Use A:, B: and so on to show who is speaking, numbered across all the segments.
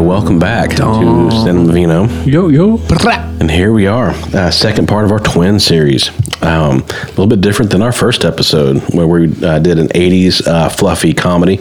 A: welcome back to Cinema Vino.
B: Yo, yo.
A: And here we are, uh, second part of our twin series. Um, a little bit different than our first episode, where we uh, did an 80s uh, fluffy comedy,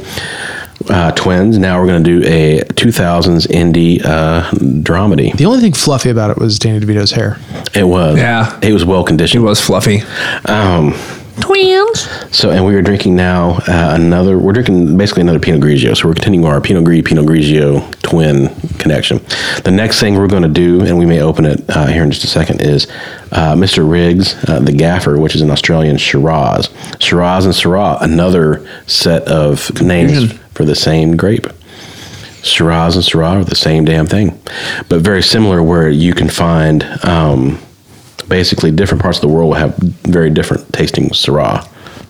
A: uh, twins. Now we're going to do a 2000s indie uh, dramedy.
C: The only thing fluffy about it was Danny DeVito's hair.
A: It was.
B: Yeah.
A: It was well
B: It
A: conditioned.
B: was fluffy.
A: Um,
D: Twins.
A: So, and we are drinking now uh, another. We're drinking basically another Pinot Grigio. So we're continuing our Pinot Grigio Pinot Grigio twin connection. The next thing we're going to do, and we may open it uh, here in just a second, is uh, Mr. Riggs, uh, the Gaffer, which is an Australian Shiraz. Shiraz and Syrah, another set of names for the same grape. Shiraz and Syrah are the same damn thing, but very similar. Where you can find. Um, basically different parts of the world will have very different tasting Syrah.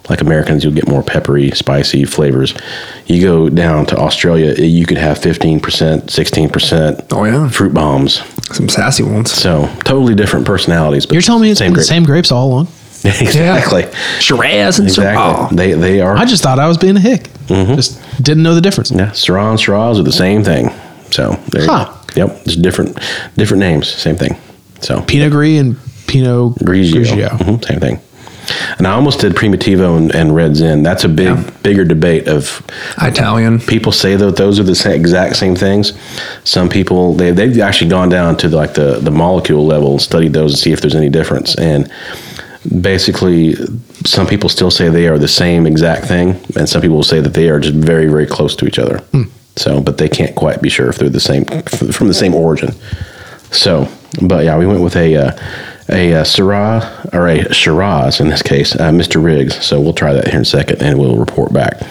A: Like Americans, you'll get more peppery, spicy flavors. You go down to Australia, eh, you could have 15%, 16%
B: Oh, yeah.
A: fruit bombs.
B: Some sassy ones.
A: So totally different personalities. But
C: You're telling me it's been
A: grape.
C: the same grapes all along?
A: exactly.
B: Shiraz and
A: Exactly. They, they are.
C: I just thought I was being a hick. Just didn't know the difference.
A: Mm-hmm. yeah, Syrah and Syrahs are the same thing. So there
C: Huh.
A: you go. Yep. It's different, different names, same thing. So
C: Pinot Gris and Pinot
A: Grigio.
C: Grigio.
A: Mhm, same thing. And I almost did Primitivo and, and Red Zin. That's a big, bigger debate of
B: Italian.
A: people say that those are the same, exact same things. Some people they they've actually gone down to the, like the the molecule level and studied those and see if there's any difference. And basically, some people still say they are the same exact thing, and some people will say that they are just very very close to each other. So, but they can't quite be sure if they're the same f- from the same origin. So, but yeah, we went with a. Uh, a uh, Syrah or a Shiraz in this case, uh, Mr. Riggs. So we'll try that here in a second, and we'll report back.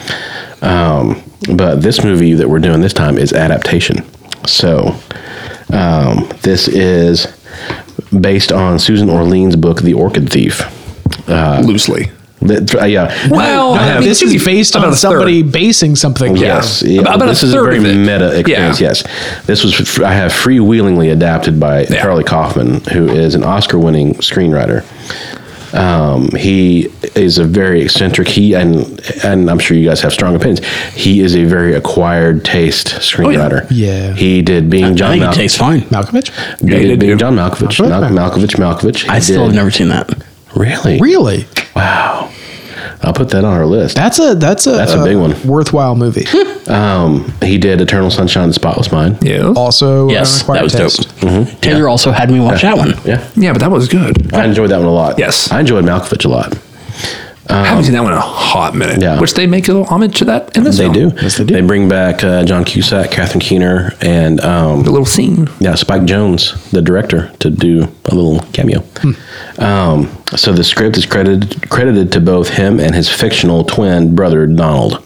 A: Um, but this movie that we're doing this time is adaptation. So um, this is based on Susan Orlean's book, The Orchid Thief.
B: loosely.
A: That- uh, yeah.
B: Well,
A: I have-
C: This is based
B: about a
C: on
B: third.
C: somebody basing something.
A: Yes,
B: Yeah.
A: yeah.
B: About- about
A: this
B: a
A: is a
B: third
A: very
B: of it.
A: meta experience.
B: Yeah.
A: Yes, this was f- I have freewheelingly adapted by
B: Yeah.
A: Charlie Kaufman, who is an Oscar-winning screenwriter. Um, he is a very eccentric. He and and I'm sure you guys have strong opinions. He is a very acquired taste screenwriter.
C: Yeah.
A: he did being
E: I
A: John.
E: think it
A: Malkovich.
E: tastes fine.
C: Malkovich?
A: He
B: Yeah, he
A: did
B: did
A: being
B: do.
A: John Malkovich.
C: Malkovich.
A: Mal- Malkovich. Malkovich. He
E: I still have
A: did-
E: never seen that.
A: really.
C: Really?
A: Wow. I'll put that on our list.
C: That's a that's a
A: That's a big one.
C: Worthwhile movie.
A: Um, he did Eternal Sunshine of the Spotless Mind.
B: Yeah.
C: also,
E: Yes,
C: an acquired
E: that was
C: taste.
E: dope. Taylor also had me watch that one.
A: Yeah.
B: Yeah, but that was good.
A: I enjoyed that one a lot.
B: Yes.
A: I enjoyed Malkovich a lot.
B: I haven't seen that one in a hot minute.
A: Yeah.
B: Which they make a little homage to that in this
A: They
B: film.
A: do.
C: Yes, they do.
A: bring back uh, John Cusack, Catherine Keener, and
B: The
A: um,
B: little scene.
A: yeah, Spike Jones, the director, to do a little cameo.
C: Hmm.
A: Um, so the script is credited credited to both him and his fictional twin brother Donald.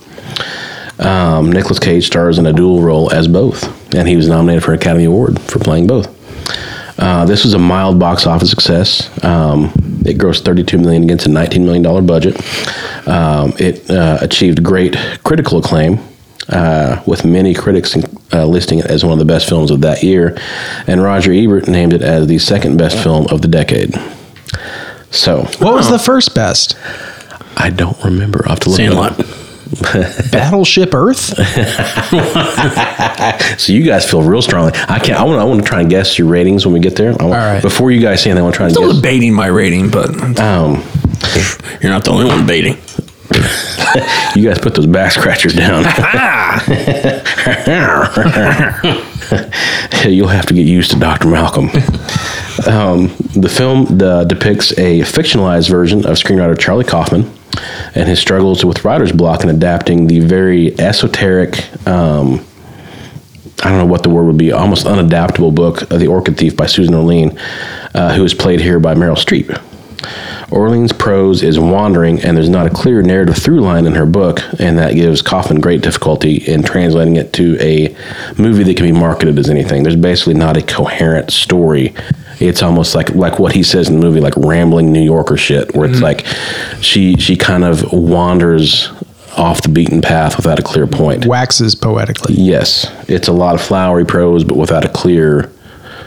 A: Um, Nicholas Cage stars in a dual role as both, and he was nominated for an Academy Award for playing both. Uh, this was a mild box office success. Um, it grossed 32 million against a 19 million dollar budget. Um, it uh, achieved great critical acclaim, uh, with many critics uh, listing it as one of the best films of that year, and Roger Ebert named it as the second best film of the decade. So
C: What was the first best?
A: I don't remember. I have to look it up.
E: Sandlot.
C: Battleship Earth?
A: So you guys feel real strongly. I can't. I want. to. I want to try and guess your ratings when we get there. I want,
C: right.
A: Before you guys say anything, I want to try and
B: Still
A: guess.
B: debating my rating, but
A: Um,
E: You're not the only one baiting.
A: you guys put those back scratchers down.
B: Ah!
A: You'll have to get used to Dr. Malcolm. Um, the film uh, depicts a fictionalized version of screenwriter Charlie Kaufman and his struggles with writer's block in adapting the very esoteric, um, I don't know what the word would be, almost unadaptable book, uh, The Orchid Thief by Susan Orlean, uh, who is played here by Meryl Streep. Orlean's prose is wandering, and there's not a clear narrative through line in her book, and that gives Coffin great difficulty in translating it to a movie that can be marketed as anything. There's basically not a coherent story. It's almost like like what he says in the movie, like rambling New Yorker shit, where it's like she she kind of wanders off the beaten path without a clear point.
C: Waxes poetically.
A: Yes, it's a lot of flowery prose, but without a clear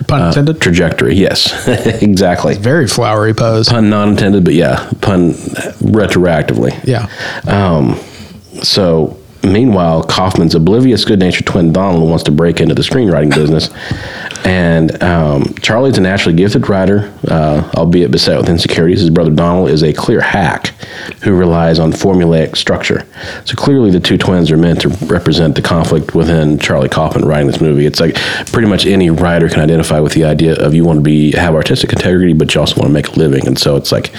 C: Pun intended.
A: trajectory. Yes, exactly.
C: Very flowery pose.
A: Pun not intended, but yeah, pun retroactively.
C: Yeah.
A: Um, so Meanwhile, Kaufman's oblivious, good natured twin Donald wants to break into the screenwriting business. And um, Charlie's a naturally gifted writer, uh, albeit beset with insecurities. His brother Donald is a clear hack who relies on formulaic structure. So clearly, the two twins are meant to represent the conflict within Charlie Kaufman writing this movie. It's like pretty much any writer can identify with the idea of you want to be have artistic integrity, but you also want to make a living. And so it's like,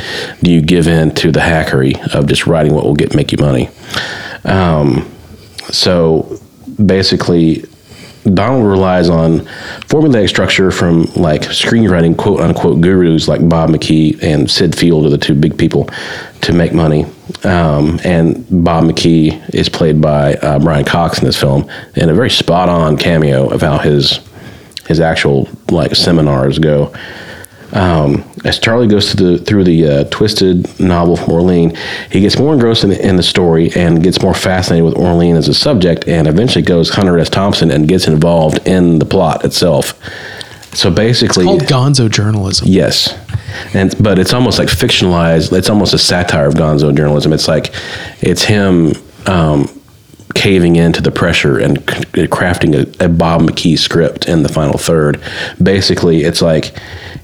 A: do you give in to the hackery of just writing what will get make you money? Um, so basically, Donald relies on formulaic structure from like screenwriting quote unquote gurus like Bob McKee and Sid Field are the two big people to make money. Um, and Bob McKee is played by uh, Brian Cox in this film in a very spot on cameo of how his his actual like seminars go. Um, as Charlie goes through the, through the uh, twisted novel from Orlean, he gets more engrossed in the, in the story and gets more fascinated with Orlean as a subject, and eventually goes Hunter S. Thompson and gets involved in the plot itself. So basically,
C: Called Gonzo journalism.
A: Yes, and but it's almost like fictionalized. It's almost a satire of Gonzo journalism. It's like it's him um, caving into the pressure and c- crafting a, a Bob McKee script in the final third. Basically, it's like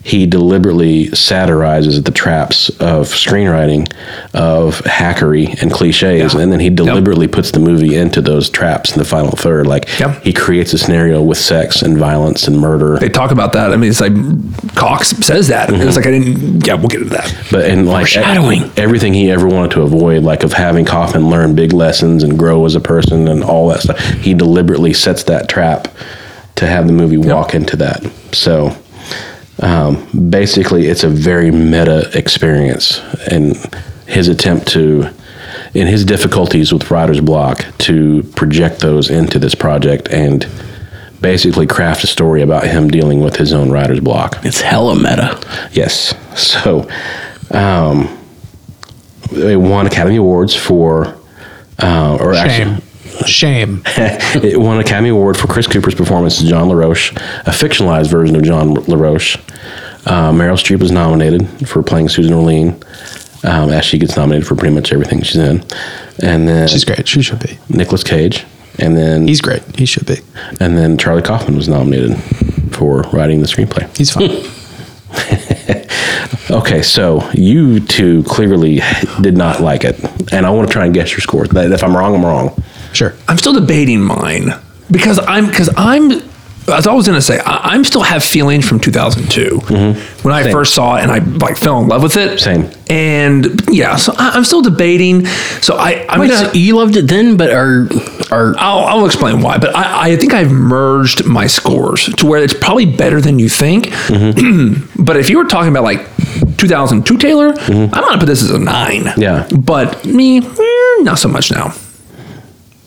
A: he deliberately satirizes the traps of screenwriting, of hackery and cliches, and then he deliberately puts the movie into those traps in the final third. Like
B: Yep.
A: he creates a scenario with sex and violence and murder.
B: They talk about that. I mean, it's like Cox says that. It's like I didn't. Yeah, we'll get into that.
A: But and like e-
E: Foreshadowing.
A: everything he ever wanted to avoid, like of having Kaufman learn big lessons and grow as a person and all that stuff, he deliberately sets that trap to have the movie walk into that. So um, basically, it's a very meta experience, and his attempt to, in his difficulties with writer's block, to project those into this project and basically craft a story about him dealing with his own writer's block.
E: It's hella meta.
A: Yes. So, um, it won Academy Awards for, uh, or
C: Shame. Shame.
A: actually, it won Academy Award for Chris Cooper's performance as John LaRoche, a fictionalized version of John LaRoche. Uh, Meryl Streep was nominated for playing Susan Orlean, um, as she gets nominated for pretty much everything she's in. And then
C: She's great. She should be.
A: Nicolas Cage, and then
C: He's great. He should be.
A: and then Charlie Kaufman was nominated for writing the screenplay.
C: He's fine.
A: Okay, so you two clearly did not like it, and I want to try and guess your score. That- If I'm wrong, I'm wrong.
C: sure.
B: I'm still debating mine because I'm because I'm. As I was gonna say, I, I'm still have feelings from 2002 when I
A: Mm-hmm. Same.
B: first saw it and I like fell in love with it.
A: Same.
B: And yeah, so I, I'm still debating. So I, I'm
E: Wait,
B: gonna-
E: so
A: uh,
E: you loved it then, but are are
B: I'll, I'll explain why, but I, I think I've merged my scores to where it's probably better than you think.
A: Mm-hmm.
B: but if you were talking about like 2002 Taylor, I'm gonna put this as a nine.
A: Yeah.
B: But me, eh, not so much now.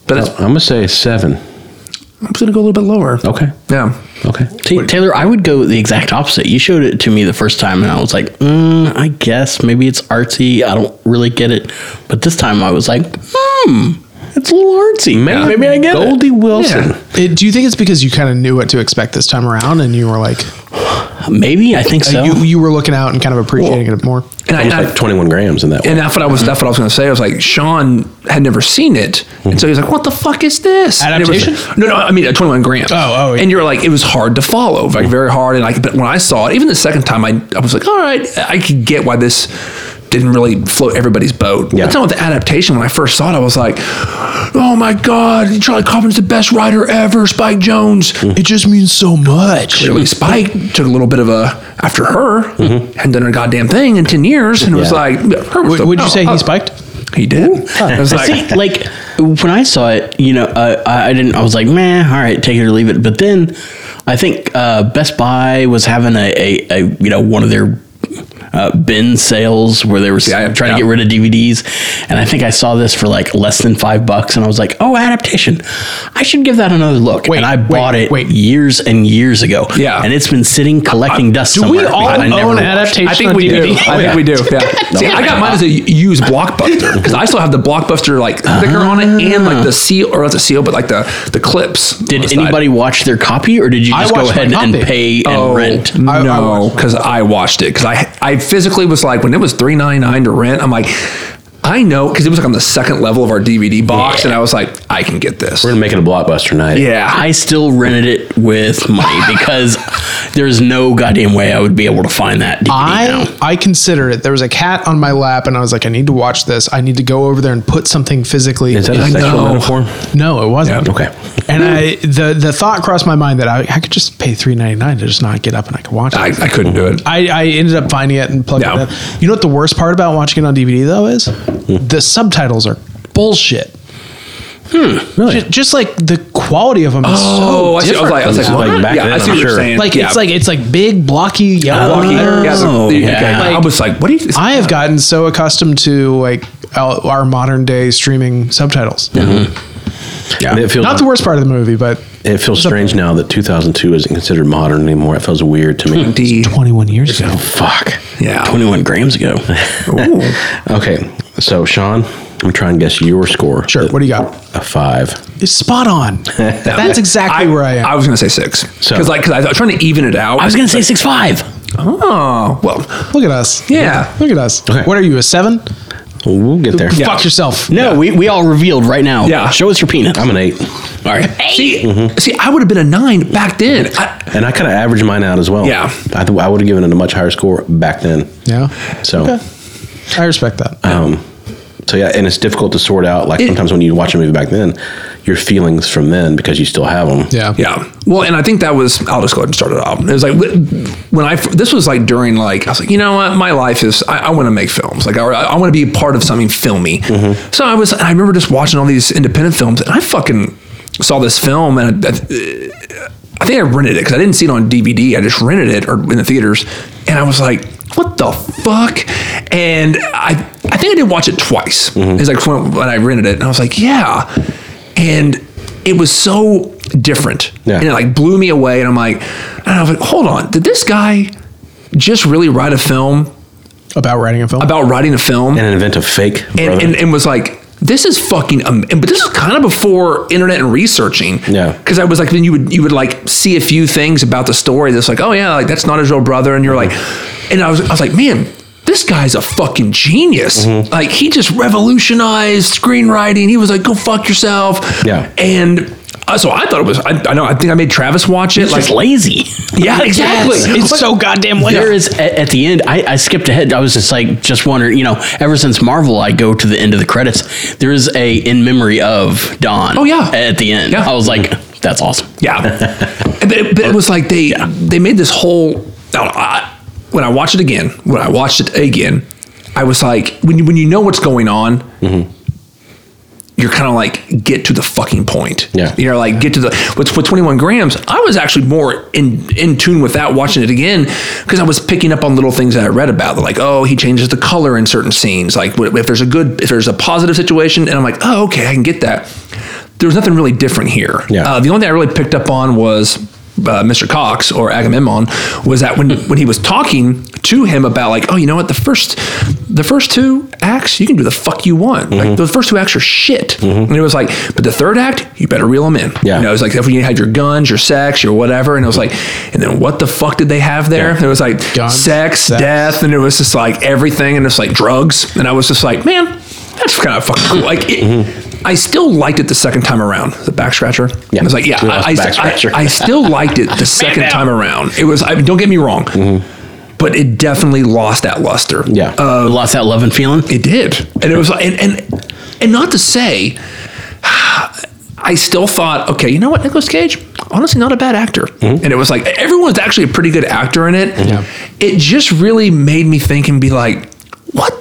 B: But it's,
A: I'm gonna say seven.
B: I'm just gonna go a little bit lower.
A: Oh. Okay,
B: Yeah.
A: okay.
E: See, Taylor, I would go the exact opposite. You showed it to me the first time, and I was like, mm, I guess maybe it's artsy. I don't really get it. But this time I was like, hmm, it's a little artsy. Maybe, maybe I get it.
A: Goldie Wilson.
B: Yeah.
C: It, do you think it's because you kind of knew what to expect this time around and you were like, uh,
E: Maybe I think so.
C: you, you were looking out and kind of appreciating it more?
B: And I,
A: Almost
B: and I-
A: like 21 grams in that one.
B: and that's what I was. That's what I was going to say. I was like, Sean had never seen it, and so he was like, "What the fuck is this?" And it was-
C: Adaptation?
B: no, no. I mean, uh, Twenty One Grams.
C: Oh, oh, yeah.
B: And you're like, it was hard to follow, like very hard. And like, but when I saw it, even the second time, I, I was like, all right, I could get why this didn't really float everybody's boat.
A: Yeah.
B: That's not with the adaptation. When I first saw it, I was like, oh my god, Charlie Kaufman's the best writer ever. Spike Jones.
C: It just means so much.
B: Clearly, Spike took a little bit of a after her,
E: Mm-hmm.
B: hadn't done a goddamn thing in ten years, and it was
A: Yeah.
B: like, her was
C: Would,
B: the-
C: would you
B: oh,
C: say
B: oh.
C: he spiked?
B: He did. I was like,
E: See, like when I saw it, you know, uh, I I didn't. I was like, man, all right, take it or leave it. But then, I think uh, Best Buy was having a, a, a you know one of their uh, bin sales where they were
B: I-
E: trying to
B: yeah.
E: get rid of DVDs, and I think I saw this for like less than five bucks, and I was like, oh, adaptation, I should give that another look.
C: Wait,
E: and I
C: wait,
E: bought it
C: wait.
E: years and years ago.
B: Yeah.
E: and it's been sitting collecting dust.
C: Uh, Do we
E: somewhere,
C: all
E: and I never
C: own
E: watched it.
C: adaptation?
B: I think we do. I think we do. Yeah. See, I got mine as a used blockbuster because I still have the blockbuster like sticker on it and like the seal or not the seal, but like the the clips. on the
E: Did
B: side.
E: anybody watch their copy, or did you
C: I
E: just go
C: watched my
E: ahead and
C: copy.
E: pay and
B: Oh,
E: rent?
C: I- I
B: No,
C: watched
B: because I watched it because I I physically was like when it was three ninety nine to rent. I'm like. I know because it was like on the second level of our DVD box, and I was like, I can get this.
A: We're gonna make it a blockbuster night.
B: yeah,
E: I still rented it with money because there's no goddamn way I would be able to find that DVD now.
C: I, I consider it. There was a cat on my lap, and I was like, I need to watch this. I need to go over there and put something physically.
A: Is that a
C: in-
A: sexual
B: know.
A: metaphor?
C: no, it wasn't.
A: Okay.
C: And I the the thought crossed my mind that I, I could just pay three ninety nine to just not get up and I could watch it.
B: I,
C: I,
B: I couldn't do it.
C: I, ended up finding it and plugged
B: No.
C: it in. You know what the worst part about watching it on DVD though is the subtitles are bullshit.
A: Really?
C: Ju- Just, like the quality of them is
B: Hmm. Oh, I, see, I was
C: so different.
B: like, I was like,
A: This is like
B: what?
A: back
B: yeah, I
A: then,
B: see
A: I'm
B: what you're
A: sure.
B: saying.
C: like
B: yeah.
C: it's like it's like big blocky yellow.
B: Lucky. Oh, Yeah, so-
E: yeah.
B: okay. I was like, what do you?
C: I have gotten so accustomed to like our our modern day streaming subtitles.
A: And It feels
C: Not the worst part of the movie, but
A: It feels strange now that 2002 isn't considered modern anymore. It feels weird to me. Oh,
B: D.
C: 21 years ago.
A: Fuck.
B: Yeah.
E: 21 grams ago.
B: Ooh.
A: Okay, so Sean, I'm trying to guess your score.
C: Sure. What do you got?
A: A five.
C: It's spot on. That's exactly where I am.
B: I was gonna say six
A: So-
B: because like because I was trying to even it out.
E: I was going to say six five.
B: oh well,
C: Look at us.
B: yeah.
C: Look at us.
A: Okay.
C: What are you, a seven?
A: We'll get there.
C: Fuck yourself.
E: No, we, we all revealed right now.
B: Yeah.
E: Show us your penis.
A: I'm an eight,
E: all right.
B: See, see, I would have been a nine back then. I,
A: and I kind of averaged mine out as well.
B: Yeah.
A: I, th- I would have given it a much higher score back then.
C: Yeah.
A: So,
C: Okay. I respect that.
A: um, so yeah, and it's difficult to sort out. Like
B: It-
A: sometimes when you watch a movie back then, your feelings from then because you still have them.
C: yeah.
B: yeah. Well, and I think that was. I'll just go ahead and start it off. It was like wh- when I. f- This was like during like I was like, you know what, my life is. I, I want to make films. Like I, I want to be part of something filmy. So I was. I remember just watching all these independent films, and I fucking saw this film, and I, I, I think I rented it because I didn't see it on DVD. I just rented it or in the theaters, and I was like, "What the fuck?" And I, I think I did watch it twice. It's like when, when I rented it, and I was like, "Yeah," and it was so different,
A: Yeah.
B: and it like blew me away. And I'm like, and I was like, "Hold on, did this guy just really write a film
C: About writing a film.
B: about writing a film?"
A: And invent a fake.
B: and,
A: brother.
B: and, and was like, this is fucking, um, but this is kind of before internet and researching.
A: Yeah.
B: Cause I was like, then you would, you would like see a few things about the story that's like, oh yeah, like that's not his real brother. And you're like, and I was, I was like, man, this guy's a fucking genius.
A: Mm-hmm.
B: Like he just revolutionized screenwriting. He was like, go fuck yourself.
A: Yeah.
B: And uh, so I thought it was, I, I know, I think I made Travis watch it.
E: It's
B: Like,
E: just lazy.
B: yeah, exactly.
C: it's so goddamn late.
E: There is at, at the end. I, I skipped ahead. I was just like, just wondering. You know, ever since Marvel, I go to the end of the credits. There is a in memory of Don.
B: Oh, yeah.
E: At the end,
B: Yeah.
E: I was like, that's awesome.
B: Yeah, And it- but it was like they they made this whole. I don't know, I, when I watched it again, when I watched it again, I was like, when you, when you know what's going on,
A: Mm-hmm.
B: you're kind of like get to the fucking point.
A: Yeah.
B: you know, like get to the with with 21 grams. I was actually more in in tune with that watching it again because I was picking up on little things that I read about. Like, oh, he changes the color in certain scenes. Like, wh- if there's a good, if there's a positive situation, and I'm like, oh, okay, I can get that. There was nothing really different here.
A: Yeah.
B: Uh, the only thing I really picked up on was uh, Mr. Cox or Agamemnon was that when when he was talking to him about like, oh, you know what, the first the first two acts you can do the fuck you want. Like the first two acts are shit, and it was like, but the third act you better reel them in.
A: Yeah.
B: you know, it's like if you had your guns, your sex, your whatever, and it was like, and then what the fuck did they have there? It was like
C: Guns,
B: sex,
C: sex.
B: death, and it was just like everything, and it's like drugs, and I was just like, man, that's kind of fucking cool. Like. It, I still liked it the second time around. The back scratcher. Yeah. I was like, yeah,
A: We lost
B: I, I,
A: the back scratcher.
B: I, I still liked it the second time around. It was. I, don't get me wrong, but it definitely lost that luster.
A: yeah.
C: uh,
E: Lost that love and feeling.
B: It did, and it was like, and and, and not to say, I still thought, okay, you know what, Nicolas Cage, honestly, not a bad actor,
A: Mm-hmm.
B: and it was like everyone's actually a pretty good actor in it.
C: Yeah.
B: It just really made me think and be like, what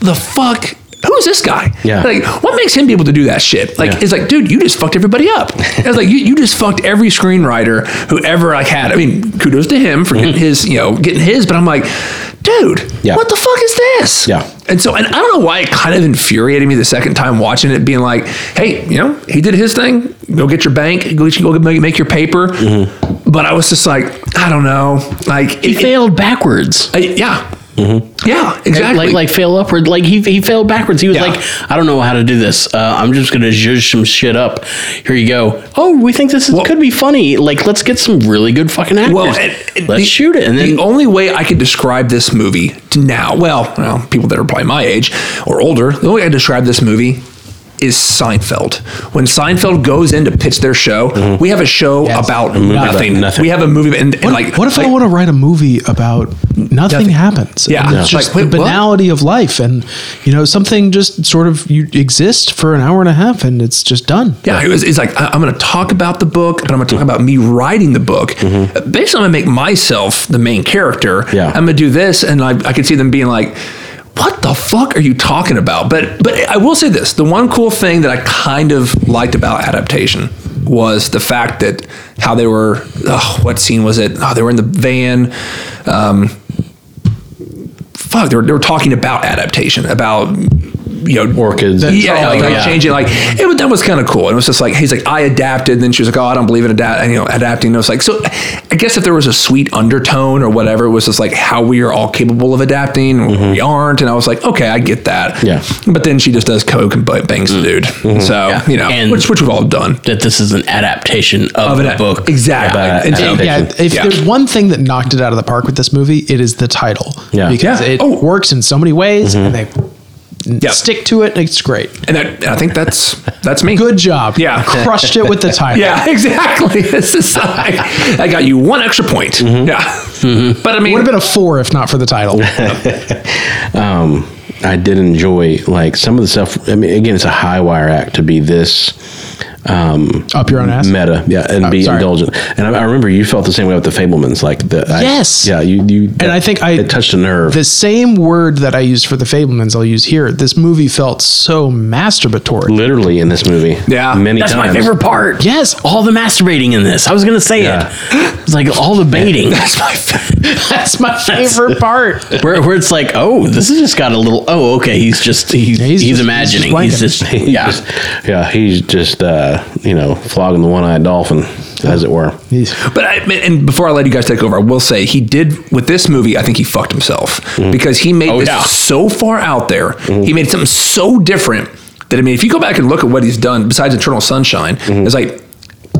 B: the fuck. Who's this guy?
A: Yeah.
B: Like, what makes him be able to do that shit? Like,
A: Yeah.
B: it's like, dude, you just fucked everybody up. I was like, you, you just fucked every screenwriter who ever like had. I mean, kudos to him for getting his, you know, getting his. But I'm like, dude,
A: Mm-hmm. Yeah.
B: what the fuck is this?
A: Yeah.
B: And so, and I don't know why it kind of infuriated me the second time watching it, being like, hey, you know, he did his thing. Go get your bank. Go, get, go make, make your paper. But I was just like, I don't know. Like,
E: He
B: it, it-
E: failed backwards.
B: I- yeah. Yeah, exactly.
E: Like like fail upward. Like he he failed backwards. He was
B: Yeah.
E: like, I don't know how to do this. Uh, I'm just gonna zhuzh some shit up. Here you go. Oh, we think this is,
B: Well-
E: could be funny. Like let's get some really good fucking actors.
B: Well, it- it-
E: let's
B: the-
E: shoot it. And then
B: the only way I could describe this movie to now, well, well, people that are probably my age or older, the only way I describe this movie is Seinfeld. When Seinfeld goes in to pitch their show, we have a show
A: about
B: about nothing.
A: nothing.
B: We have a movie, and, and like,
C: what if
B: like,
C: I want to write a movie about nothing, happens?
B: Yeah.
C: And
B: Yeah.
C: it's just
B: Like, wait,
C: the
B: what?
C: banality of life, and you know something just sort of you exist for an hour and a half, and it's just done.
B: Yeah, Mm-hmm. it was, it's like I- I'm going to talk about the book, but I'm going to talk about me writing the book. Basically, I'm going to make myself the main character.
A: Yeah.
B: I'm going to do this, and I, I could see them being like, "What the fuck are you talking about?" But but I will say this: the one cool thing that I kind of liked about adaptation was the fact that how they were. Oh, what scene was it? Oh, they were in the van. Um, fuck, they were, they were talking about adaptation, about you know
A: Orchids.
B: yeah, like, like
E: yeah.
B: changing, like it, was- that was kind of cool. And it was just like he's like I adapted, and then she was like, oh, I don't believe in adapt, you know, adapting. And I was like, so I guess if there was a sweet undertone or whatever, it was just like how we are all capable of adapting, and we aren't. And I was like, okay, I get that.
A: Yeah.
B: But then she just does coke and ba- bangs the dude. So you know,
E: And-
B: which which we've all done
E: that this is an adaptation of,
B: of
E: the
B: an
E: book.
B: exactly.
A: Yeah,
B: And so-
A: adaptation.
C: Yeah, if
B: Yeah.
C: there's one thing that knocked it out of the park with this movie, it is the title.
A: Yeah. Mm-hmm.
C: because
B: Yeah.
C: it
B: Oh.
C: works in so many ways, and they
B: Yeah.
C: stick to it. and It's great.
B: and that, and I think that's that's me.
C: Good job.
B: Yeah.
C: crushed it with the title.
B: Yeah, exactly. This is like, I got you one extra point. Yeah, but I mean,
C: would have been a four if not for the title.
A: um, I did enjoy like some of the stuff. I mean, again, it's a high wire act to be this um,
C: Up your own ass?
A: meta, yeah, and
C: Oh,
A: be
C: sorry.
A: indulgent. And I, I remember you felt the same way with the Fablemans, like the I-
C: Yes.
A: yeah, you you.
C: And I think I-
A: it touched a nerve.
C: the same word that I used for the Fablemans, I'll use here. This movie felt so masturbatory.
A: literally in this movie,
B: Yeah.
A: many
E: That's
A: times.
E: my favorite part.
C: Yes,
E: All the masturbating in this. I was gonna say
A: Yeah.
E: it. It's like all the baiting.
B: that's my
C: that's my favorite part.
E: where, where it's like, oh, this has just got a little. Oh, okay, he's just he's
C: he's
E: he's,
C: just-
E: imagining.
C: he's
E: He's
C: just
E: just,
A: He's
E: yeah.
A: just- yeah, he's just uh, you know flogging the one-eyed dolphin, as it were.
B: But I, and before I let you guys take over, I will say he did with this movie. I think he fucked himself
A: Mm-hmm.
B: because he
A: Oh,
B: made this
E: yeah.
B: so far out there. He made something so different that I mean, if you go back and look at what he's done besides Eternal Sunshine, it's like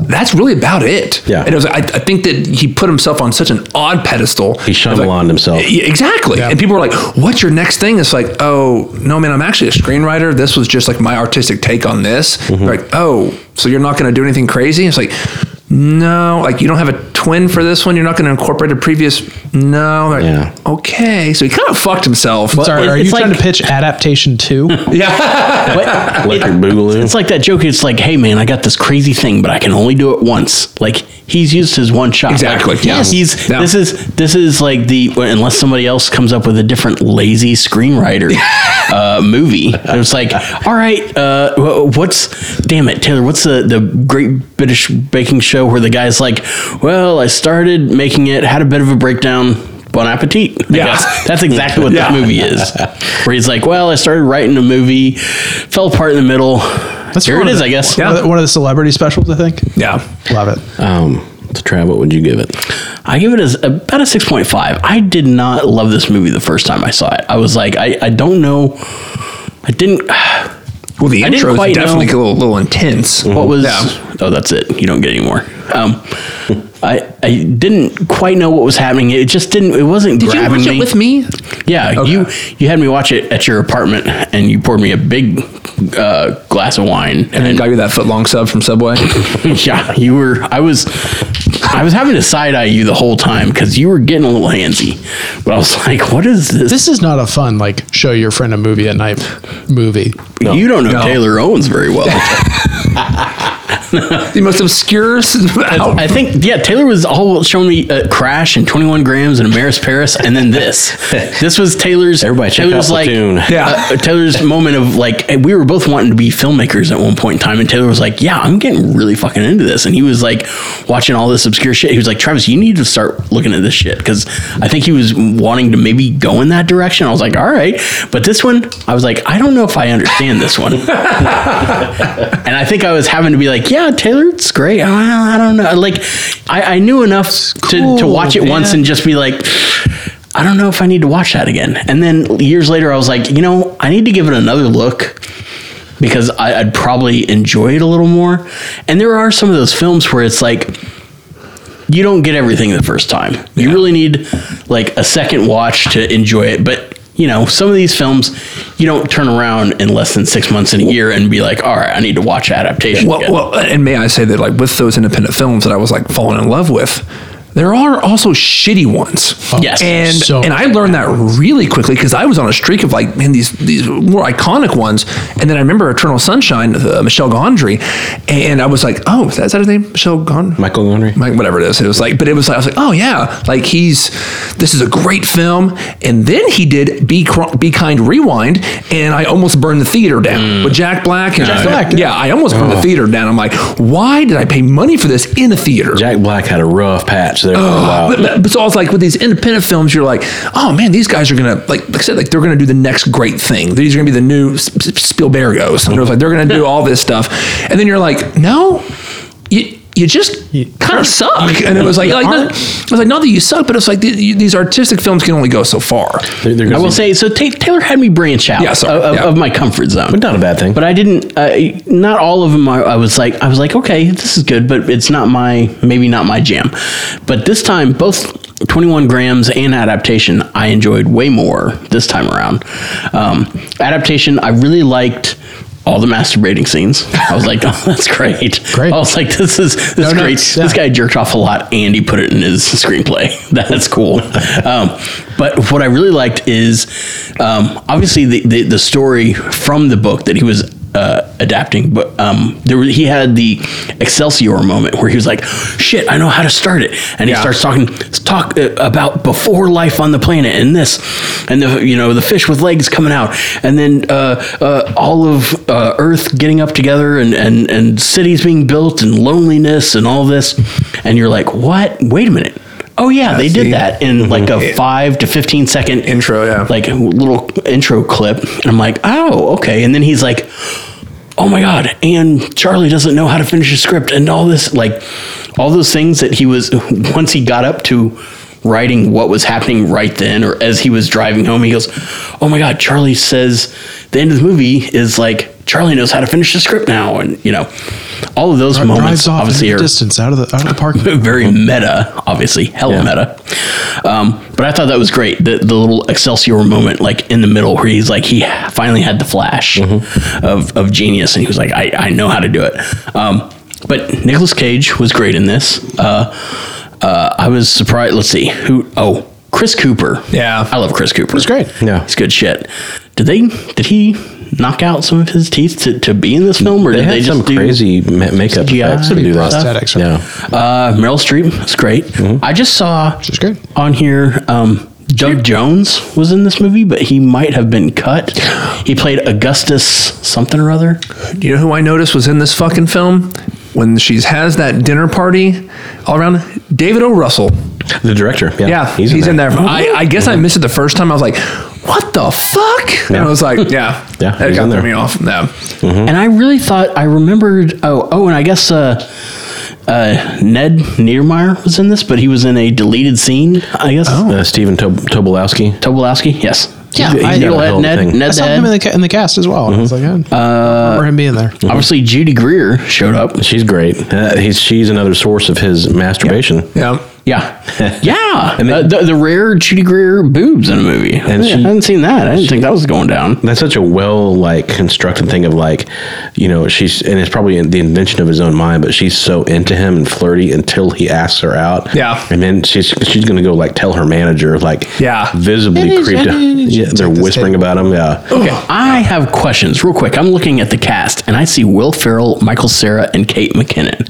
B: that's really about it.
A: Mm-hmm. Yeah.
B: and it was. I, I think that he put himself on such an odd pedestal.
A: He
B: It was like-
A: Shyamalan himself.
B: Yeah, exactly. And people were like, "What's your next thing?" It's like, "Oh no, man, I'm actually a screenwriter. This was just like my artistic take on this." They're Like, "Oh, so you're not going to do anything crazy?" It's like, "No, like you don't have a twin for this one. You're not going to incorporate a previous." No, They're like,
A: Yeah.
B: okay. So he kind of fucked himself.
C: Sorry,
E: it-
C: are you
E: it's
C: trying
E: like-
C: to pitch adaptation two?
E: But
A: Electric
B: Mm-hmm.
A: Boogaloo.
E: it's like that joke. It's like, hey man, I got this crazy thing, but I can only do it once. Like he's used his one shot.
B: Exactly,
E: Like,
B: yeah.
E: He's
B: Yeah.
E: this is this is like the unless somebody else comes up with a different lazy screenwriter uh, movie. It's like, all right, uh, wh- what's damn it, Taylor? What's the the Great British Baking Show where the guy's like, well, I started making it, had a bit of a breakdown. Bon appetit. I
B: Yeah.
E: guess. That's exactly what that
B: Yeah.
E: movie is. Where he's like, well, I started writing a movie, fell apart in the middle.
C: That's
E: Here
C: one
E: it
C: of
E: is,
C: the-
E: I guess.
C: One of the- one of the celebrity specials, I think.
B: yeah.
C: Love it.
A: Um, so Trav, what would you give it?
E: I give it as about a 6.5. I did not love this movie the first time I saw it. I was like, I, I don't know. I didn't.
B: Well, the
E: I didn't
B: intro is
E: quite
B: definitely
E: know-
B: a little, little intense.
E: What was.
B: Mm-hmm. Yeah.
E: Oh, that's it. You don't get any more. Um, I, I didn't quite know what was happening. It just didn't. It wasn't
B: Did you
E: grabbing
B: watch
E: me.
B: it with me?
E: Yeah,
B: Okay.
E: you you had me watch it at your apartment, and you poured me a big uh, glass of wine,
B: And then
E: and
B: got you that foot long sub from Subway.
E: yeah, you were. I was, I was having to side eye you the whole time because you were getting a little handsy. But I was like, "What is this?
C: This is not a fun like show your friend a movie at night movie.
E: you don't know
B: No.
E: Taylor Owens very well."
B: the most obscure.
E: Oh, I think yeah, Taylor was all showing me uh, Crash and Twenty One Grams and Amaris Paris, and then this. this was Taylor's.
A: Everybody check
E: Taylor's
A: out Platoon.
B: Yeah.
E: uh, Taylor's moment of like and we were both wanting to be filmmakers at one point in time, and Taylor was like, "Yeah, I'm getting really fucking into this," and he was like watching all this obscure shit. He was like, "Travis, you need to start looking at this shit," because I think he was wanting to maybe go in that direction. I was like, "All right," but this one, I was like, "I don't know if I understand this one." And I think I was having to be like, yeah, Taylor, it's great. I, I don't know. Like, I, I knew enough to, to
C: cool,
E: watch it once
C: man.
E: and just be like, I don't know if I need to watch that again. And then years later, I was like, you know, I need to give it another look because I, I'd probably enjoy it a little more. And there are some of those films where it's like, you don't get everything the first time. You really need like a second watch to enjoy it. But you know, some of these films, you don't turn around in less than six months in a year and be like, all right, I need to watch adaptation.
B: Well,
E: again."
B: well, uh, and may I say that like with those independent films that I was like falling in love with, there are also shitty ones.
E: Yes.
B: and
C: so-
B: and I learned that really quickly because I was on a streak of like man these these more iconic ones, and then I remember Eternal Sunshine, uh, Michelle Gondry, and I was like, oh, is that, is that his name, Michelle Gondry?
A: Michael Gondry.
B: Like whatever it is, it was like, but it was like I was like, oh yeah, like he's this is a great film, and then he did be Cr- be kind rewind, and I almost burned the theater down with Jack Black and Mm. Jack
C: Black,
B: yeah, Oh. I almost burned the theater down. I'm like, why did I pay money for this in a theater?
A: Jack Black had a rough patch there for a while.
B: But, but, but so I was like, with these independent films, you're like, oh man, these guys are gonna like, like I said, like they're gonna do the next great thing. These are gonna be the new S- S- Spielbergos. And it was like they're gonna do all this stuff, and then you're like, no, you you just kind of suck. and it was like, like no, I
C: aren't.
B: was like, not that you suck, but it's like th- you- these artistic films can only go so far.
A: They're- they're
E: I
A: gonna
E: will
A: see-
E: say so. Ta Taylor had me branch out
B: Yeah, sorry,
E: of, of-
B: yeah.
E: of my comfort zone,
A: but not a bad thing.
E: But I didn't. I not all of them. I, I was like, I was like, okay, this is good, but it's not my maybe not my jam. But this time, both Twenty One Grams and Adaptation, I enjoyed way more this time around. Um, adaptation, I really liked. All the masturbating scenes. I was like, "Oh, that's great!"
C: Great.
E: I was like, "This is this
C: no,
E: is great."
C: yeah.
E: This guy jerked off a lot, and he put it in his screenplay. That's cool. um, but what I really liked is um, obviously the, the the story from the book that he was uh, adapting. But um, there was, he had the Excelsior moment where he was like, "Shit, I know how to start it," and he
B: Yeah.
E: starts talking talk uh, about before life on the planet and this, and the you know the fish with legs coming out, and then uh, uh, all of uh, Earth getting up together and and and cities being built and loneliness and all this, and you're like, what? Wait a minute. Oh yeah, they
B: see? Mm-hmm.
E: did that in like a five to fifteen second
B: Intro, yeah.
E: like little intro clip. And I'm like, oh okay, and then he's like. Oh my God. And Charlie doesn't know how to finish a script and all this, like all those things that he was, once he got up to writing what was happening right then or as he was driving home, he goes, Oh my God, Charlie says the end of the movie is like, Charlie knows how to finish the script now. And, you know, all of those moments
C: drives off in
E: obviously
C: the
E: are
C: distance out of the out of the parking.
E: very meta, obviously, hella
A: Mm-hmm. Yeah.
E: meta. Um, but I thought that was great. The, the little Excelsior moment, like in the middle, where he's like, he finally had the flash
A: Mm-hmm.
E: of, of genius, and he was like, I, I know how to do it. Um, but Nicolas Cage was great in this. Uh, uh, I was surprised. Let's see who. Oh, Chris Cooper.
B: Yeah.
E: I love Chris Cooper. He's
C: great.
A: Yeah.
E: he's good shit. Did they? Did he knock out some of his teeth to, to be in this film, or
A: they
E: did
A: had
E: they just
A: some
E: do
A: crazy ma- makeup
E: CGI
A: effects to do that.
C: prosthetics, right?
A: Yeah.
E: Uh, Meryl Streep is great.
A: Mm-hmm.
E: I just saw
C: Which is great.
E: on here. Um, Doug Jones was in this movie, but he might have been cut. He played Augustus something or other.
B: Do you know who I noticed was in this fucking film when she has that dinner party all around? David O. Russell.
A: The director. Yeah.
B: Yeah, he's, in, there. I, I guess I missed it the first time. I was like, "What the fuck?" And I was like, "Yeah,
A: Yeah,
B: That
A: he's
B: got
A: in
B: threw
A: there.
B: me off. No,
E: And I really thought I remembered. Oh, oh, and I guess uh, uh, Ned Niermeyer was in this, but he was in a deleted scene. I guess oh.
A: Uh, Stephen Tob- Tobolowsky.
E: Tobolowski. Yes.
A: Yeah, he's
E: I,
A: got a hell of a
E: Ned,
A: thing.
E: Ned
C: I
E: the
C: saw him
E: Head.
C: in the ca- in the cast as well. and I was like, yeah, I remember him being there.
E: Mm-hmm. Obviously, Judy Greer showed up.
A: She's great. Uh, he's, she's another source of his masturbation.
B: yeah,
E: Yeah, yeah. Uh, the, the rare Judy Greer boobs in a movie.
A: And
E: I
A: she-
E: hadn't seen that. I didn't think that was going down.
A: That's such a well like constructed thing of like, you know, she's and it's probably in the invention of his own mind, but she's so into him and flirty until he asks her out.
B: Yeah.
A: and then she's she's gonna go like tell her manager like
B: Yeah.
A: visibly creeped. out. Yeah, they're
C: Check this
A: whispering
C: table.
A: about him. Yeah,
E: I have questions real quick. I'm looking at the cast and I see Will Ferrell, Michael Sarah, and Kate McKinnon.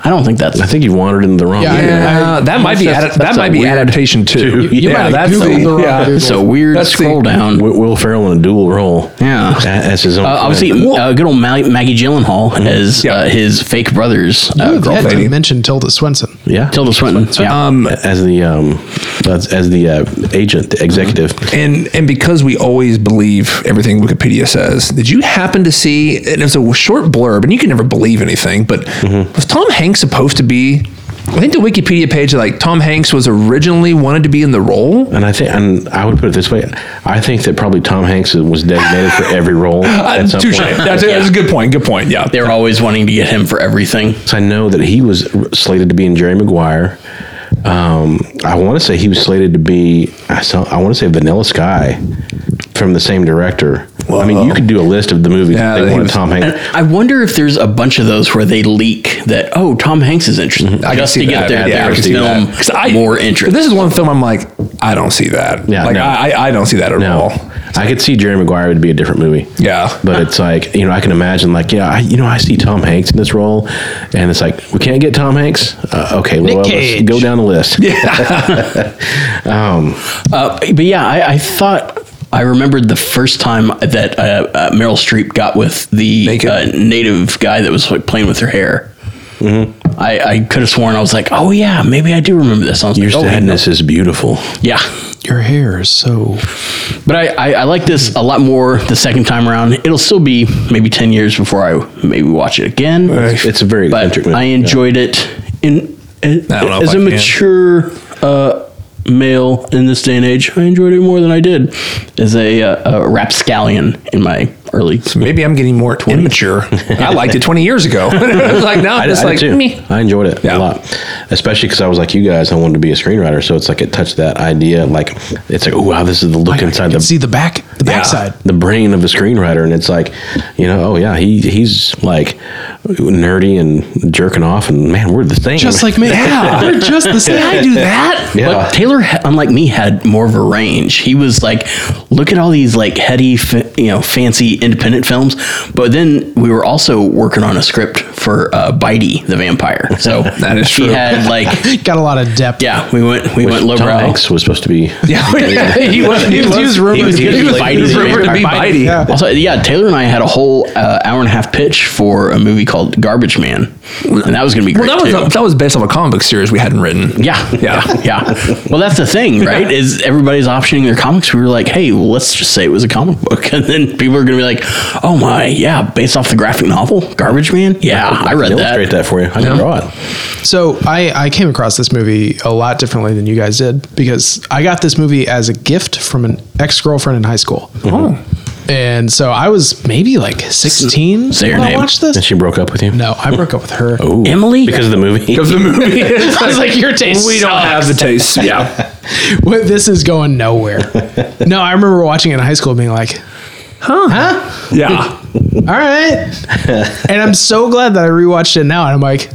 E: I don't think that's.
A: I think you wandered into the wrong.
C: Yeah, I-
A: area.
B: Uh, that might be
E: That's-
B: ad- that
E: that's
B: might
E: a
B: be
E: weird-
B: adaptation too.
E: you might have
C: Googled the wrong dude.
E: It's a weird
B: That's the-
E: scroll down.
A: Wi- Will Ferrell in a dual role.
E: Yeah.
A: A- as his own.
E: Uh, obviously,
A: friend.
E: uh, good old Ma- Maggie Gyllenhaal as
B: Yeah.
E: uh, his fake brother's uh,
C: You had
E: girlfriend,
C: to mention Tilda Swinson.
A: yeah.
E: Tilda Swinton. Yeah.
B: Um,
A: as the um, as, as the uh, agent, the executive.
B: and and because we always believe everything Wikipedia says, did you happen to see? And it was a short blurb, and you can never believe anything. But was Tom Hanks supposed to be I think the Wikipedia page like Tom Hanks was originally wanted to be in the role.
A: And I think, and I would put it this way: I think that probably Tom Hanks was designated for every role
B: Uh,
A: at some
B: touche.
A: point.
B: That's, that's a good point. Good point. Yeah.
E: They're always wanting to get him for everything.
A: So I know that he was slated to be in Jerry Maguire. Um, I want to say he was slated to be. I saw. I want to say Vanilla Sky from the same director. I mean, you could do a list of the movies
B: Yeah,
A: that they
B: he
A: wanted
B: was-
A: Tom Hanks.
E: And I wonder if there's a bunch of those where they leak that oh Tom Hanks is interested
B: Mm-hmm. I can
E: just
B: see
E: to get
B: that.
E: their,
B: Yeah, I
E: their
B: can see
E: film
B: that. 'Cause I-
E: more interest.
B: This is one film I'm like, I don't see that.
A: Yeah,
B: Like
A: no.
B: I, I- I don't see that at
A: No,
B: all.
A: I could see Jerry Maguire would be a different movie.
B: Yeah.
A: but it's like you know I can imagine like yeah I, you know I see Tom Hanks in this role, and it's like we can't get Tom Hanks. Uh, okay, well, let's
C: Cage.
A: go down the list. Um,
E: Uh, but yeah, I, I thought I remembered the first time that uh, uh, Meryl Streep got with the
B: Naked?
E: uh, native guy that was like playing with her hair. I, I could have sworn I was like, oh yeah, maybe I do remember this. I was
A: Your
E: like, oh, wait, no.
A: sadness is beautiful.
E: yeah.
C: Your hair is so.
E: But I, I, I like this a lot more the second time around. It'll still be maybe ten years before I maybe watch it again.
A: It's a very eccentric
E: but
A: movie.
E: I enjoyed it in uh,
B: don't know if
E: as
B: I
E: a
B: can.
E: mature uh, male in this day and age. I enjoyed it more than I did as a, uh, a rapscallion in my early.
B: Maybe I'm getting more immature. I liked it 20 years ago. I was like, no,
A: I,
B: it's
A: I
B: like
A: did too.
B: me.
A: I enjoyed it a
B: Yeah.
A: lot, especially because I was like you guys. I wanted to be a screenwriter, so it's like it touched that idea. Like it's like, oh wow, this is the look inside the
C: See the back, the
B: Yeah.
C: backside.
A: the brain of a screenwriter, and it's like, you know, oh yeah, he he's like nerdy and jerking off, and man, we're the same.
C: Just like me. Yeah, we're just the same. I do that.
A: Yeah.
E: But Taylor, ha- unlike me, had more of a range. He was like, look at all these like heady, fa- you know, fancy independent films. But then we were also working on a script for uh, Bitey the Vampire. So
B: That is
E: he
B: true.
E: had like,
C: Got a lot of depth.
E: yeah, we went we went
A: Tom
E: lowbrow.
A: Hanks was supposed to be.
B: Yeah, he was, he was,
C: was- rumored
E: he was
C: to
E: good
C: be-
E: at
C: he was
E: Bitey the
B: rumored to be
C: Vampire.
B: Bitey.
C: Yeah.
E: Also, yeah, Taylor and I had a whole uh, hour and a half pitch for a movie called Garbage Man, and that was going to be
B: Well,
E: great
B: that was
E: too.
B: that was based off a comic book series we hadn't written.
E: yeah,
B: Yeah.
E: yeah, yeah. Well, that's the thing, right? Is everybody's optioning their comics? We were like, hey, well, let's just say it was a comic book, and then people are going to be like, oh my, yeah, based off the graphic novel Garbage Man. Yeah, I read
A: illustrate
E: that.
A: that. for you. I can draw it.
C: So I, I came across this movie a lot differently than you guys did because I got this movie as a gift from an ex girlfriend in high school.
B: Oh.
C: And so I was maybe like 16
E: Say her
C: when I
E: name.
C: watched
A: And
C: this.
A: she broke up with you.
C: No, I broke up with her.
A: Ooh.
E: Emily?
A: because of the movie.
B: Because the movie,
C: I was like, your taste
B: we don't have the taste. Yeah,
C: Well, this is going nowhere. no, I remember watching it in high school being like,
B: yeah.
C: all right. and I'm so glad that I rewatched it now. And I'm like,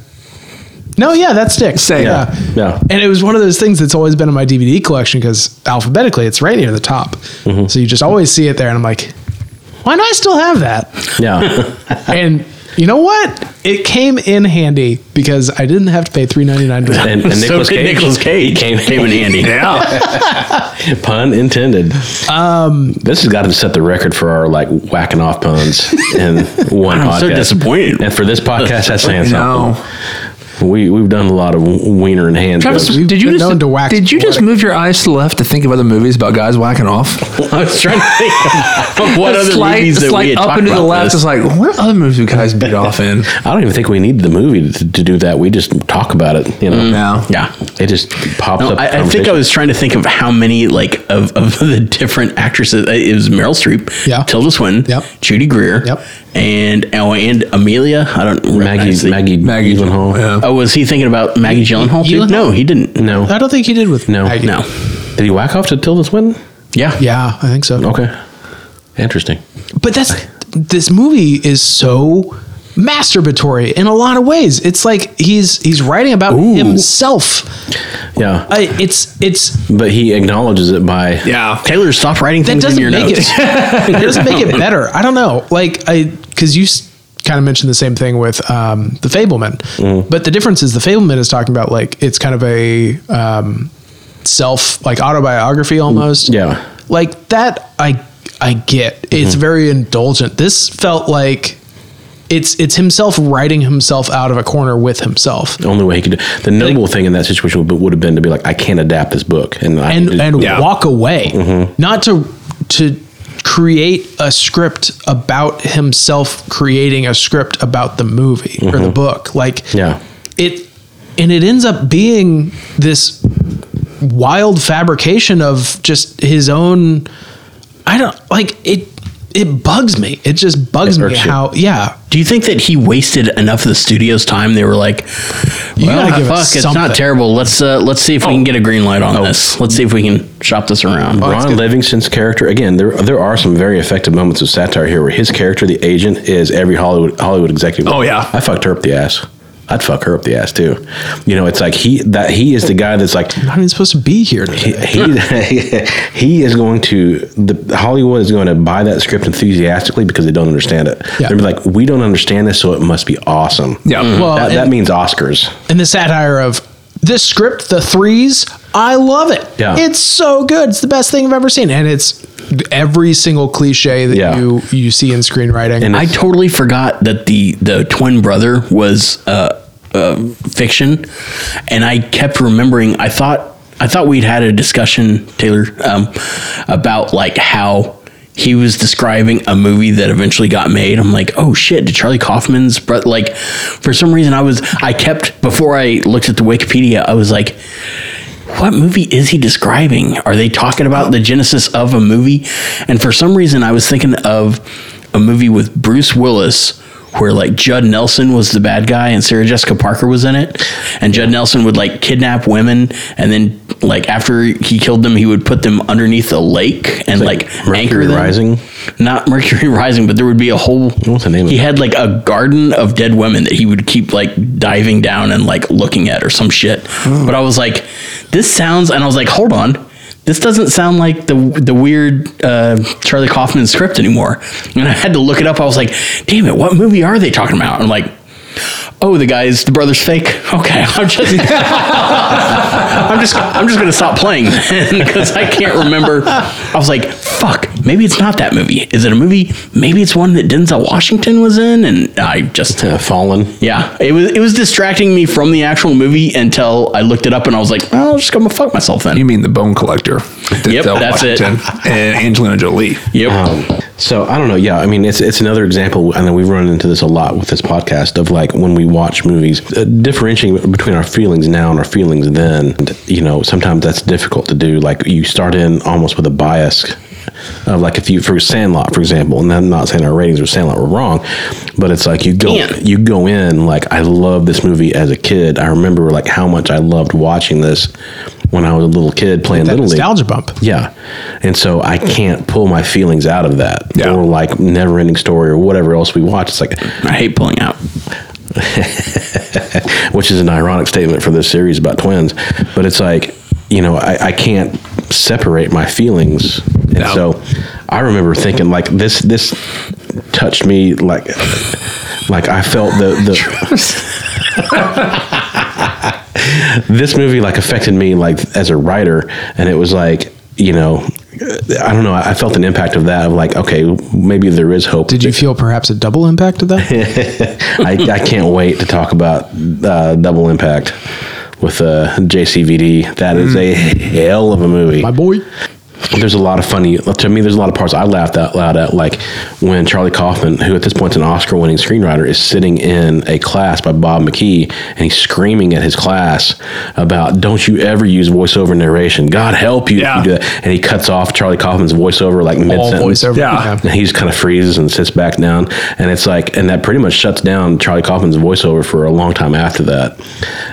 C: no, yeah, that sticks.
B: Same.
C: Yeah.
A: Yeah.
C: And it was one of those things that's always been in my DVD collection because alphabetically it's right near the top. So you just always see it there. And I'm like, why do I still have that?
A: yeah.
C: and you know what? It came in handy because I didn't have to pay three ninety nine.
A: And, and Nicholas
E: did
A: Cage.
E: Nicolas Cage.
A: He came,
E: Came in handy.
B: Yeah,
A: Pun intended. Um, this has got to set the record for our like whacking off puns in one
E: I'm
A: podcast.
E: so disappointed.
A: And for this podcast, that's saying
B: no.
A: something. We we've done a lot of wiener and hand.
B: Travis,
A: jokes.
C: We've
B: did you
C: been
B: just
C: known to wax
B: did you just
C: poetic.
B: move your eyes to the left to think of other movies about guys whacking off?
E: I was trying to think of what
B: A
E: other
B: slight-
E: movies that
B: slight
E: we had
B: up
E: talked
B: into the
E: about
B: left
E: this.
B: is like what other movies do guys beat off in?
A: I don't even think we need the movie to, to do that. We just talk about it. You know,
B: No,
E: Yeah.
A: it just pops
E: Mm. No,
A: up.
E: I, I think I was trying to think of how many like of, of the different actresses. Uh, It was Meryl Streep,
C: Yeah.
E: Tilda Swinton,
C: Yep.
E: Judy Greer,
C: Yep.
E: and oh, and Amelia. I don't
A: Maggie
E: recognize the-
A: Maggie
B: Maggie
A: Gyllenhaal.
B: Yeah.
E: Oh, was he thinking about Maggie Gyllenhaal too?
C: Gyllenhaal?
E: No, he didn't.
A: No,
C: I don't think he did with
A: No.
C: Maggie.
E: No.
A: did he whack off to Tilda Swinton?
E: Yeah.
C: Yeah, I think so.
A: Okay, interesting.
C: But that's this movie is so masturbatory in a lot of ways. It's like he's he's writing about himself.
A: Yeah,
C: I, it's it's
A: but he acknowledges it by
B: yeah.
E: Taylor, stop writing
C: that
E: things in
C: doesn't
E: your
C: make
E: notes.
C: it, it doesn't make it better. I don't know. Like I because you kind of mentioned the same thing with um, the Fableman,
E: Mm-hmm.
C: but the difference is the Fableman is talking about like it's kind of a um, self like autobiography almost.
A: yeah.
C: like that. I I get it's
E: Mm-hmm.
C: very indulgent. This felt like. It's it's himself writing himself out of a corner with himself.
A: The only way he could. do The noble thing in that situation would, would have been to be like, I can't adapt this book, and I
C: and
A: just-
C: and
B: Yeah.
C: walk away
A: Mm-hmm.
C: not to to create a script about himself creating a script about the movie or the book like
A: Mm-hmm. Yeah.
C: it and it ends up being this wild fabrication of just his own i don't like it it bugs me it just bugs
A: It
C: me
A: irks you.
C: how yeah
E: Do you think that he wasted enough of the studio's time? They were like, "Well,
C: gotta give us
E: fuck, it's
C: something." Oh.
E: not terrible. Let's uh, let's see if we can get a green light
A: Oh.
E: on this. Let's see if we can shop this around."
A: Ron Livingston's character again. There, there are some very effective moments of satire here, where his character, the agent, is every Hollywood Hollywood executive.
B: Oh, yeah.
A: I fucked her up the ass. I'd fuck her up the ass too. You know, it's like he that he is the guy that's like
C: i'm not even supposed to be here today
A: he he is going to the Hollywood is going to buy that script enthusiastically because they don't understand it.
C: Yeah.
A: They're like, we don't understand this, so it must be awesome.
B: Yeah.
C: Mm. well
A: that, that
C: and,
A: means Oscars.
C: and the satire of this script the threes i love it
A: Yeah.
C: it's so good it's the best thing i've ever seen and it's every single cliche that
A: Yeah.
C: you you see in screenwriting
A: And
E: I
A: it's-
E: totally forgot that the the twin brother was uh, uh, fiction, and I kept remembering. I thought I thought we'd had a discussion, Taylor, um, about like how he was describing a movie that eventually got made. I'm like, oh shit, did Charlie Kaufman's bro-? like? For some reason, I was I kept before I looked at the Wikipedia. I was like. What movie is he describing? Are they talking about the genesis of a movie? And for some reason, I was thinking of a movie with Bruce Willis where like Judd Nelson was the bad guy and Sarah Jessica Parker was in it. And Judd Nelson would like kidnap women and then like after he killed them, he would put them underneath a lake and like,
A: Mercury
E: anchor them.
A: Rising?
E: Not Mercury Rising, but there would be a whole.
A: What's the name of
E: He
A: it?
E: had like a garden of dead women that he would keep like diving down and like looking at or some shit.
A: Hmm.
E: But I was like, this sounds, and I was like, hold on. This doesn't sound like the the weird uh, Charlie Kaufman script anymore. And I had to look it up. I was like, damn it, what movie are they talking about? I'm like, oh, the guy's the brother's fake. Okay, I'm just I'm just I'm just gonna stop playing because I can't remember. I was like, fuck, maybe it's not that movie. Is it a movie? Maybe it's one that Denzel Washington was in, and I just
A: Uh, fallen.
E: yeah, it was it was distracting me from the actual movie until I looked it up and I was like, well, I'm just gonna fuck myself
B: You
E: then.
B: mean the Bone Collector?
E: Yep, that's it.
B: And Angelina Jolie.
E: Yep.
A: Um, so I don't know. Yeah, I mean, it's it's another example, and we've run into this a lot with this podcast of like when we watch movies, uh, differentiating between our feelings now and our feelings then. And, you know, sometimes that's difficult to do. Like you start in almost with a bias of like if you for Sandlot, for example, and I'm not saying our ratings of Sandlot were wrong, but it's like you go
E: Can't.
A: you go in like I love this movie as a kid. I remember like how much I loved watching this when I was a little kid playing
C: that
A: little league.
C: nostalgia bump
A: Yeah. And so I can't pull my feelings out of that.
B: Yeah.
A: Or like never ending story or whatever else we watch. It's like
E: I hate pulling out.
A: which is an ironic statement for this series about twins. But it's like, you know, I, I can't separate my feelings. And
B: No.
A: so I remember thinking like this this touched me like like I felt the the this movie like affected me like as a writer and it was like you know I don't know I I felt an impact of that of like okay maybe there is hope
C: did you feel perhaps a double impact of that
A: I, I can't wait to talk about uh, Double Impact with uh, JCVD. That is a hell of a movie.
C: Mm. my boy
A: There's a lot of funny to me. There's a lot of parts I laughed out loud at, like when Charlie Kaufman, who at this point is an Oscar-winning screenwriter, is sitting in a class by Bob McKee, and he's screaming at his class about "Don't you ever use voiceover narration? God help you
B: Yeah.
A: if you do that." And he cuts off Charlie Kaufman's voiceover like
C: all
A: mid-sentence.
C: voiceover
B: Yeah.
A: And he just kind of freezes and sits back down. And it's like, and that pretty much shuts down Charlie Kaufman's voiceover for a long time after that.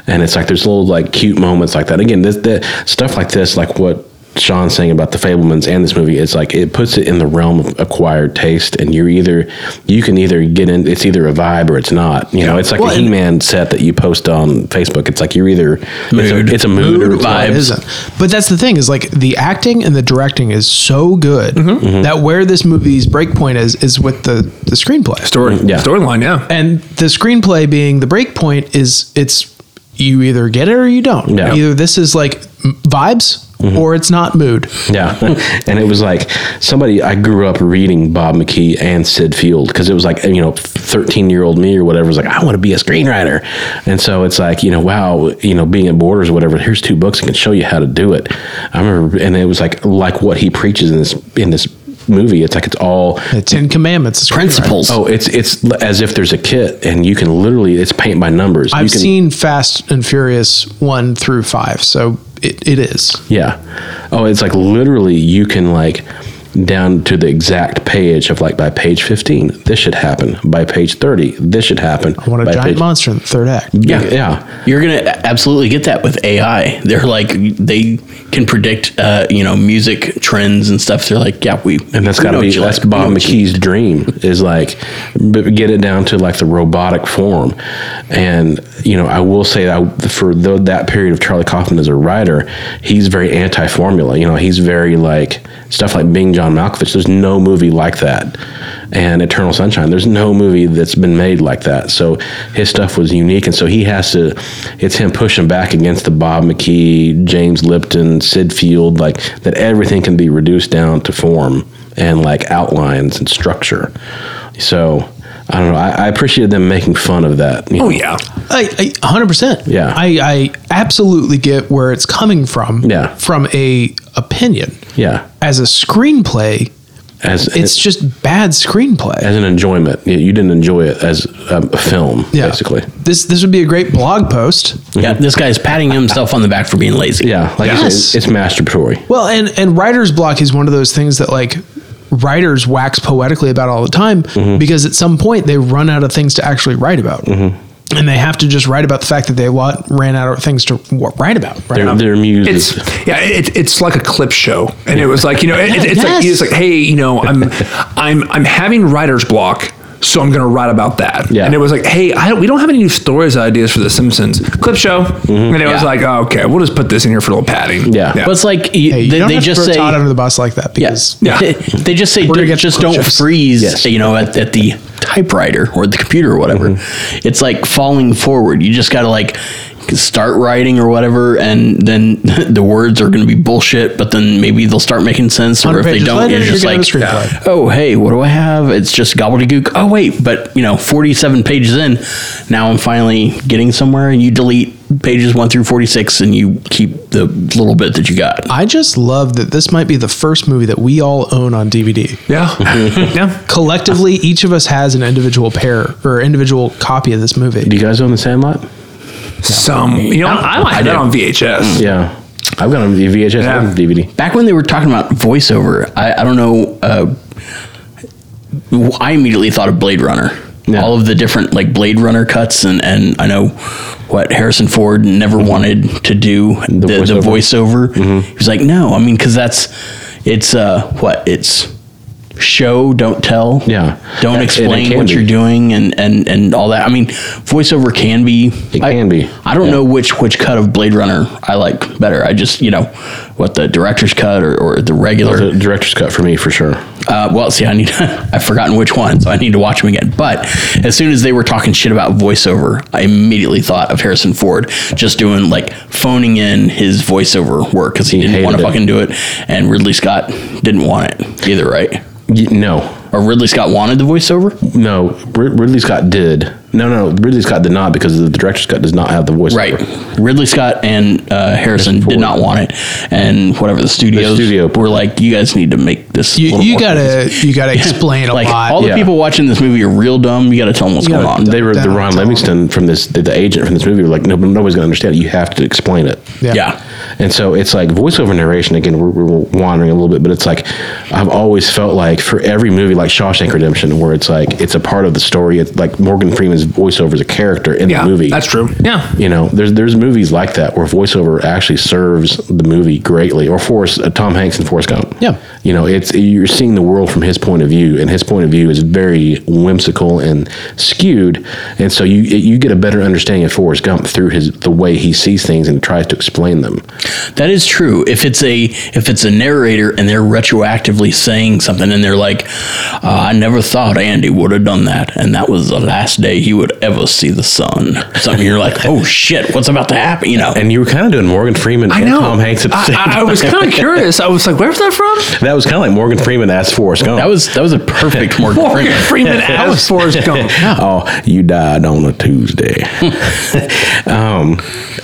A: And it's like, there's little like cute moments like that. Again, this, the stuff like this, like what Sean's saying about the Fablemans and this movie, it's like, it puts it in the realm of acquired taste. And you're either, you can either get in, it's either a vibe or it's not. You know, it's like
C: Well,
A: a
C: and-
A: He Man set that you post on Facebook. It's like, you're either,
E: Mood.
A: it's, a, it's a mood,
E: Mood,
A: or it's
E: vibe.
A: not.
C: It isn't. But that's the thing is like the acting and the directing is so good
A: Mm-hmm.
C: that where this movie's breakpoint is is with the the screenplay.
B: Story.
E: Mm,
A: Yeah.
B: Storyline, yeah.
C: And the screenplay being the breakpoint is it's you either get it or you don't.
A: Yeah. Mm-hmm.
C: Either this is like m- vibes or it's not mood.
A: Yeah. and it was like somebody, I grew up reading Bob McKee and Sid Field because it was like, you know, 13 year old me or whatever was like, I want to be a screenwriter. And so it's like, you know, wow, you know, being at Borders or whatever, here's two books that can show you how to do it. I remember, and it was like, like what he preaches in this, in this movie. It's like it's all
C: The Ten Commandments. is
E: Principles.
A: oh, it's it's l- as if there's a kit, and you can literally it's paint by numbers. you
C: I've
A: can,
C: seen Fast and Furious one through five, so it, it is.
A: yeah. Oh, it's like literally you can like down to the exact page of like by page 15 this should happen by page 30 this should happen
C: I want a
A: by
C: giant
A: page-
C: monster in the third act.
A: yeah yeah
E: You're gonna absolutely get that with AI. They're like they can predict, uh, you know, music trends and stuff. They're like, yeah, we
A: And that's
E: we
A: got to
E: know
A: be
E: what you
A: that's
E: like. We
A: Bob
E: know what you-
A: McKee's dream is like b- get it down to like the robotic form, and you know I will say that for tho- that period of Charlie Kaufman as a writer, he's very anti-formula. You know he's very like stuff like Being John Malkovich. There's no movie like that, and Eternal Sunshine. There's no movie that's been made like that. So his stuff was unique, and so he has to. It's him pushing back against the Bob McKee, James Lipton, Sid Field, like that. Everything can be reduced down to form and like outlines and structure. So I don't know. I, I appreciated them making fun of that. you
B: Oh
A: know.
B: yeah.
C: I, I 100%.
A: Yeah.
C: I, I absolutely get where it's coming from.
A: Yeah.
C: From a opinion.
A: yeah.
C: As a screenplay,
A: As
C: it's just bad screenplay.
A: as an enjoyment, you you didn't enjoy it as um, a film,
C: Yeah.
A: basically.
C: This this would be a great blog post.
E: Yeah, this guy's patting himself on the back for being lazy.
A: Mm-hmm. Yeah, like it's,
C: Yes.
A: it's masturbatory.
C: Well, and and writer's block is one of those things that like writers wax poetically about all the time
E: Mm-hmm.
C: because at some point they run out of things to actually write about.
E: Mm-hmm.
C: And they have to just write about the fact that they lot ran out of things to w- write about. Right?
A: Their, their muse is
B: It's yeah, it, it's like a clip show, and it was like you know, it, it's like it's
C: Yes.
B: like hey, you know, I'm I'm I'm having writer's block, so I'm gonna write about that.
A: Yeah.
B: and it was like hey, I, we don't have any new stories ideas for The Simpsons clip show, and it was
E: Mm-hmm. Yeah.
B: like oh, okay, we'll just put this in here for a little padding.
A: Yeah.
E: But it's like you,
C: Hey, you
E: they,
C: don't
E: they
C: have
E: just
C: to throw
E: say
C: Todd under the bus like that because
E: Yeah.
B: Yeah.
E: they just say
C: gonna
E: "Don't-
C: get
E: just
C: to
E: don't
C: push-ups."
E: freeze,
A: Yes.
E: you know, at, at the typewriter or the computer or whatever.
A: Mm-hmm.
E: It's like falling forward. You just got to like start writing or whatever, and then the words are going to be bullshit, but then maybe they'll start making sense. Or
C: 100
E: if they
C: pages
E: don't,
C: later,
E: it's
C: you're
E: just
C: gonna
E: like,
C: have a screenplay.
E: oh, hey, what do I have? It's just gobbledygook. Oh, wait, but you know, 47 pages in, now I'm finally getting somewhere, and you delete pages 1 through 46 and you keep the little bit that you got.
C: I just love that this might be the first movie that we all own on DVD.
B: yeah, yeah.
C: Collectively, each of us has an individual pair or individual copy of this
A: Do
C: movie.
A: you guys own the Sandlot?
B: Some you know, I might have that on VHS.
A: Yeah, I've got a VHS
B: Yeah.
A: and DVD.
E: back when they were talking about voiceover, I, I don't know. Uh, I immediately thought of Blade Runner.
A: Yeah.
E: All of the different like Blade Runner cuts, and, and I know what Harrison Ford never
A: Mm-hmm.
E: wanted to do the, the voiceover. He was like, no, I mean, because that's it's uh, what it's show, don't tell,
A: Yeah. And- and
E: don't
A: it
E: explain
A: can
E: what
A: be.
E: you're doing, and and and all that. I mean, voiceover can be
A: It
E: I-
A: can be.
E: I don't know which which cut of Blade Runner I like better. I just you know what the director's cut or, or the
A: The
E: regular.
A: director's cut for me for sure.
E: Uh, well, see, I need I've forgotten which one, so I need to watch them again. But as soon as they were talking shit about voiceover, I immediately thought of Harrison Ford just doing like phoning in his voiceover work because he, didn't
A: hated
E: want
A: it.
E: to fucking do it, and Ridley Scott didn't want it either, right?
A: Y- no,
E: Or Ridley Scott wanted the voiceover,
A: no. Rid- Ridley Scott did. No, no. Ridley Scott did not because the director's cut does not have the voiceover.
E: right? Ridley Scott and uh, Harrison did not want it, and whatever the studios
A: studio-
E: were like, you guys need to make this. a
C: You,
E: little
C: you
E: more
C: gotta you gotta explain a
E: like
C: lot.
E: all the
A: Yeah.
E: people watching this movie are real dumb. You got to tell them what's going on.
A: They were the
C: Down
A: Ron
C: to-
A: Livingston from this, the, the agent from this movie. Were like, no, nobody's gonna understand it. You have to explain it.
E: yeah.
A: And so it's like voiceover narration. Again, we're, we're wandering a little bit, but it's like I've always felt like for every movie, like Shawshank Redemption, where it's like it's a part of the story. It's like Morgan Freeman's voiceover is a character in
B: Yeah,
A: the movie.
B: that's true. Yeah,
A: You know, there's there's movies like that where voiceover actually serves the movie greatly, or Forrest, uh, Tom Hanks and Forrest Gump.
C: Yeah.
A: you know, it's you're seeing the world from his point of view, and his point of view is very whimsical and skewed, and so you you get a better understanding of Forrest Gump through his the way he sees things and tries to explain them.
E: That is true. If it's a if it's a narrator and they're retroactively saying something and they're like, uh, I never thought Andy would have done that, and that was the last day he would ever see the sun. Something you're like, oh shit, what's about to happen? You know.
A: And you were kind of doing Morgan Freeman
B: I
A: and
B: know.
A: Tom Hanks at the same
B: I, I, I was kind of curious. I was like, where's that from?
A: That was kind of like Morgan Freeman as Forrest Gump.
E: that was that was a perfect Morgan
B: Morgan
E: Freeman.
B: Freeman as Forrest Gump.
A: oh, you died on a Tuesday. um, Um,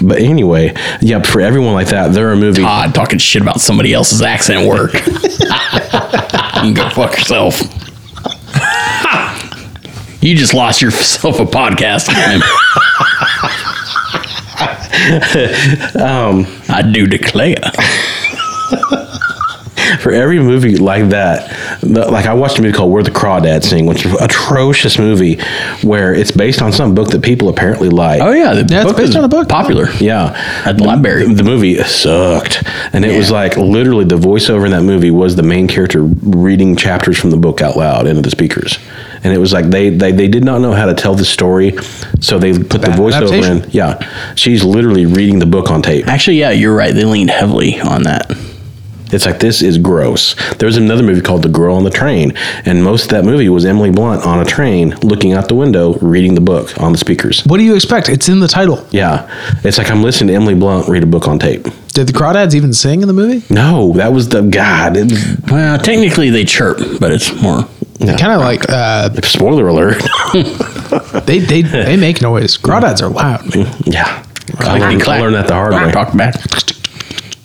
A: but anyway, yeah, for everyone like that, they're a movie.
E: Todd talking shit about somebody else's accent work. you can go fuck yourself. you just lost yourself a podcast. man.
A: Um,
E: I do declare.
A: for every movie like that, the, like I watched a movie called Where the Crawdads Sing, which is an atrocious movie where it's based on some book that people apparently like.
E: Oh yeah, the
C: Yeah, it's
E: book
C: based
E: is
C: on a book.
E: Popular.
A: Yeah,
E: At the library.
A: The movie sucked, and it was like literally the voiceover in that movie was the main character reading chapters from the book out loud into the speakers, and it was like they they, they did not know how to tell the story, so they put the
C: bad
A: voiceover
C: adaptation.
A: in. Yeah, she's literally reading the book on tape.
E: Actually, yeah, you're right. They leaned heavily on that.
A: It's like this is gross. There's another movie called The Girl on the Train, and most of that movie was Emily Blunt on a train looking out the window reading the book on the speakers.
C: What do you expect? It's in the title.
A: Yeah, it's like I'm listening to Emily Blunt read a book on tape.
C: Did the crawdads even sing in the movie?
A: No, that was the God. it-
E: Well, technically they chirp, but it's more.
C: They kind of like uh,
A: spoiler alert.
C: they they they make noise. Crawdads are loud. man.
A: yeah. I learned, I learned that the hard way,
E: Talk back.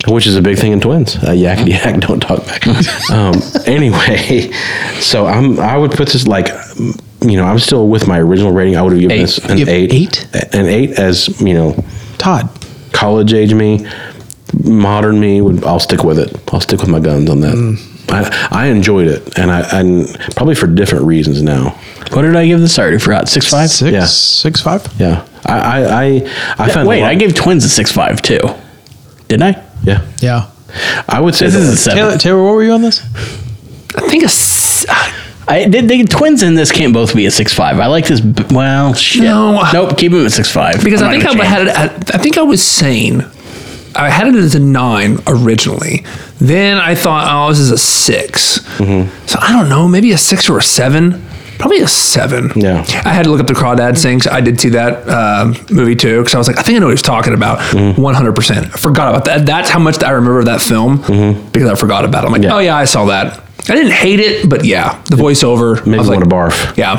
A: which is a big thing in twins. Uh, yakety yak, don't talk back. um, anyway, so I'm I would put this like, you know, I'm still with my original rating. I would have given
E: Eight.
A: this an
C: Give
A: eight,
C: eight?
A: an eight as you know,
C: Todd,
A: college age me, modern me would I'll stick with it. I'll stick with my guns on that. I, I enjoyed it, and I and probably for different reasons now.
E: What did I give this? I already forgot. Six five.
C: six,
A: Yeah.
C: six, five?
A: Yeah, I I I, I found
E: Wait,
A: a lot-
E: I gave twins a six five too. Didn't I?
A: yeah.
C: Yeah.
A: I would say
E: This
A: that-
E: is a seven.
C: Taylor, Taylor, what were you on this?
B: I think a s-
E: I did. The twins in this can't both be at six five. I like this. b- Well, shit.
B: No.
E: Nope. Keep them at six five.
B: because I think I had it. At, I think I was saying I had it as a nine originally. Then I thought, oh, this is a 6
A: Mm-hmm.
B: So I don't know, maybe a six or a seven. Probably a seven.
A: Yeah.
B: I had to look up the crawdad sings. I did see that um movie too because I was like, I think I know what he's talking about.
A: Mm-hmm.
B: One hundred percent. I forgot about that. That's how much I remember that film because I forgot about it. I'm like,
A: Mm-hmm. Yeah.
B: oh yeah, I saw that. I didn't hate it, but yeah, the voiceover I
A: Made
B: was
A: me
B: like,
A: want to barf.
B: Yeah,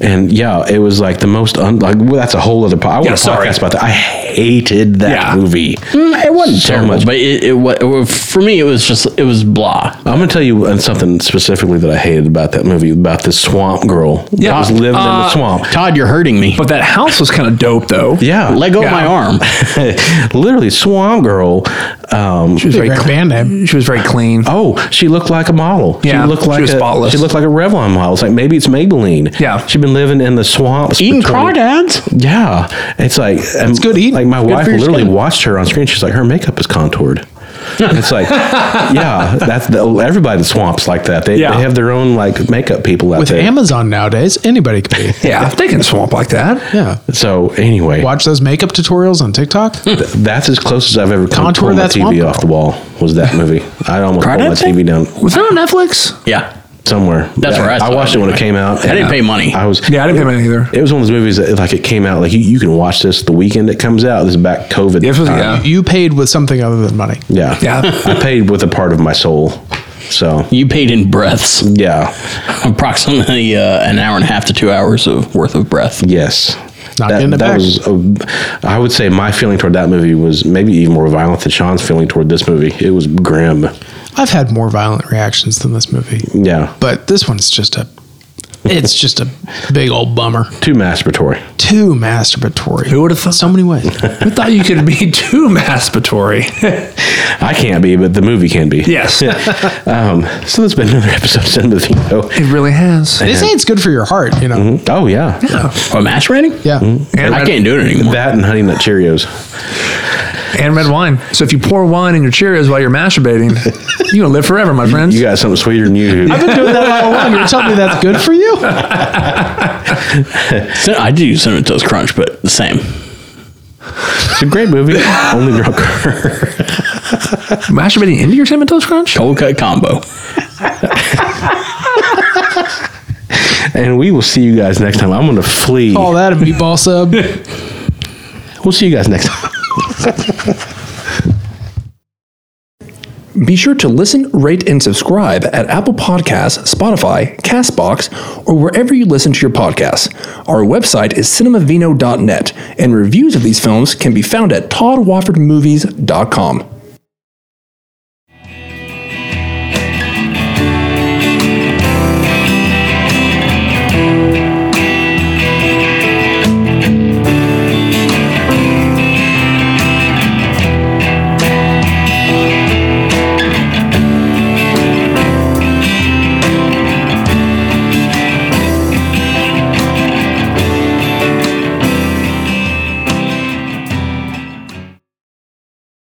A: And yeah, it was like the most un- like well, that's a whole other. Po- I want
B: Yeah,
A: to
B: sorry.
A: podcast about that. I hated that
B: Yeah.
A: movie.
E: Mm, it wasn't
A: so
E: terrible,
A: much.
E: but it, it, wa- it wa- for me it was just it was blah.
A: I'm gonna tell you uh, something specifically that I hated about that movie about this swamp girl that
B: Yeah.
A: was living in the
B: Uh,
A: swamp.
E: Todd, you're hurting me.
B: but that house was kind of dope though.
A: Yeah,
E: Let go
B: Yeah.
E: of my arm.
A: literally swamp girl. Um,
B: She was very
C: Great band name.
B: She was very clean.
A: Oh, she looked like a model.
B: Yeah,
A: she looked
B: she
A: like
B: was
A: a,
B: spotless.
A: She looked like a Revlon model. It's like maybe it's Maybelline.
B: Yeah.
A: she'd been living in the swamps,
E: Eating
A: between-
E: crawdads.
A: Yeah, it's like it's
C: good eating.
A: Like my wife
E: for your
A: literally
E: skin.
A: watched her on screen. She's like, her makeup is contoured. And it's like, yeah, that's the, everybody in swamps like that. They,
B: Yeah.
A: they have their own like makeup people out
C: With
A: there.
C: Amazon nowadays, anybody could be.
B: Yeah, they can swamp like that.
C: Yeah.
A: so anyway,
C: Watch those makeup tutorials on TikTok.
A: th- that's as close as I've ever come to
C: Contour
A: pulling my
C: that swamp
A: TV off the wall. Was that movie? I almost pulled my
E: Crawdads thing?
A: TV down
B: Was that on Netflix?
E: Yeah,
A: somewhere.
E: That's
A: Yeah,
E: where I saw
A: watched
E: it
A: it when it
E: anyway.
A: came out.
E: I didn't
A: and
E: pay money.
A: I was
B: Yeah, I didn't pay mine either.
A: It was one of those movies that like it came out like you, you can watch this the weekend it comes out. This is back COVID.
B: Yes, was-
A: time.
B: yeah.
C: You paid with something other than money.
A: yeah,
B: Uh, Yeah.
A: I paid with a part of my soul. So
E: you paid in breaths.
A: yeah,
E: Approximately uh, an hour and a half to two hours of worth of breath.
A: yes.
C: Not getting it back.
A: was, a, I would say, my feeling toward that movie was maybe even more violent than Sean's feeling toward this movie. It was grim.
C: I've had more violent reactions than this movie,
A: Yeah,
C: but this one's just a. It's just a big old bummer.
A: too masturbatory.
C: Too masturbatory.
B: Who would have thought?
C: So many ways.
B: I thought you could be too masturbatory.
A: I can't be, but the movie can be.
B: yes, it
A: Um, so that's been another episode of Sin of the Veto.
B: really has.
C: They say it's good for your heart, you know.
A: Oh yeah,
E: Oh, match rating?
C: Yeah.
B: And
E: I
B: red,
E: can't do it anymore.
A: that and Honey Nut Cheerios.
B: and red wine. So if you pour wine in your Cheerios while you're masturbating, you're gonna live forever, my friends.
A: You got something sweeter than you.
C: I've been doing that all along. You're telling me that's good for you?
E: Cin- I do cinnamon toast crunch, but the same.
A: It's a great movie. Only drunker.
B: masturbating into your cinnamon toast crunch.
E: Cold cut combo.
A: and we will see you guys next time. I'm going to flee.
C: All that a meatball sub.
A: We'll see you guys next time.
B: Be sure to listen, rate, and subscribe at Apple Podcasts, Spotify, Castbox, or wherever you listen to your podcasts. Our website is cinemavino.net, and reviews of these films can be found at toddwoffordmovies.com.